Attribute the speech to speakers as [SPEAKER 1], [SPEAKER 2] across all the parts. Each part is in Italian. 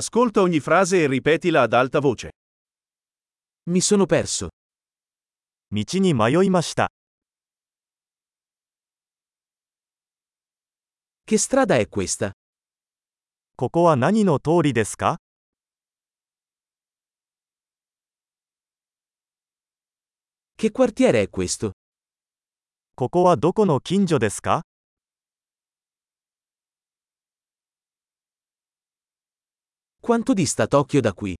[SPEAKER 1] Ascolta ogni frase e ripetila ad alta voce. Mi sono perso.
[SPEAKER 2] 道に迷いました。
[SPEAKER 1] Che strada è questa?
[SPEAKER 2] ここは何の通りですか
[SPEAKER 1] Che quartiere è questo?
[SPEAKER 2] ここはどこの近所ですか
[SPEAKER 1] Quanto dista Tokyo da qui?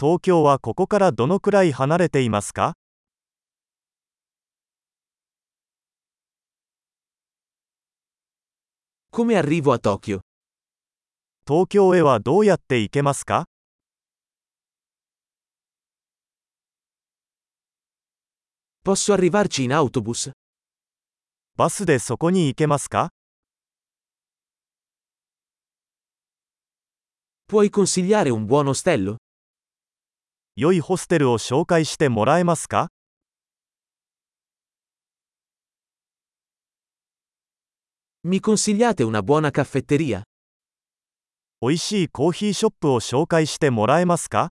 [SPEAKER 2] 東京はここからどのくらい離れていますか
[SPEAKER 1] Come arrivo a Tokyo?
[SPEAKER 2] 東京へはどうやって行けますか
[SPEAKER 1] Posso arrivarci in autobus?
[SPEAKER 2] バスでそこに行けますか
[SPEAKER 1] Puoi consigliare un buon ostello?
[SPEAKER 2] 良いホステルを紹介してもらえますか
[SPEAKER 1] Mi consigliate una buona caffetteria?
[SPEAKER 2] 美味しいコーヒーショップを紹介してもらえますか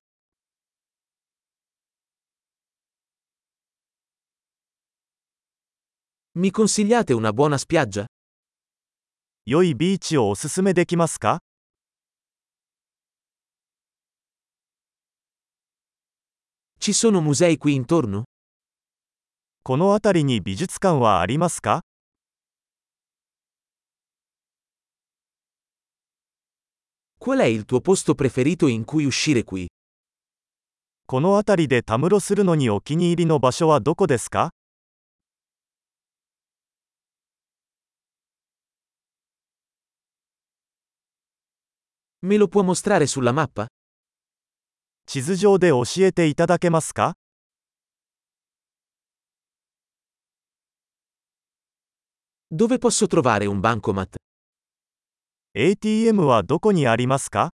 [SPEAKER 1] Mi consigliate una buona spiaggia?
[SPEAKER 2] 良いビーチをおすすめできますか
[SPEAKER 1] Ci sono musei qui intorno?
[SPEAKER 2] この辺りに美術館はありますか
[SPEAKER 1] Qual è il tuo posto preferito in cui uscire qui?
[SPEAKER 2] この辺りでたむろするのにお気に入りの場所はどこですか
[SPEAKER 1] Me lo può mostrare sulla mappa?
[SPEAKER 2] 地図上で教えていただけますか
[SPEAKER 1] Dove posso trovare un bancomat?
[SPEAKER 2] ATM はどこにありますか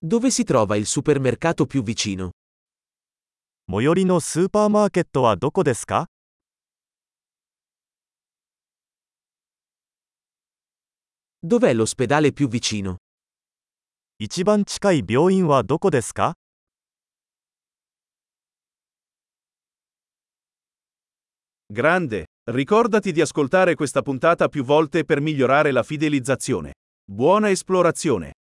[SPEAKER 1] Dove si trova il supermercato più vicino?
[SPEAKER 2] 最寄りのスーパーマーケットはどこですか
[SPEAKER 1] Dov'è l'ospedale più vicino?
[SPEAKER 2] 一番近い病院はどこですか
[SPEAKER 1] Grande! Ricordati di ascoltare questa puntata più volte per migliorare la fidelizzazione. Buona esplorazione!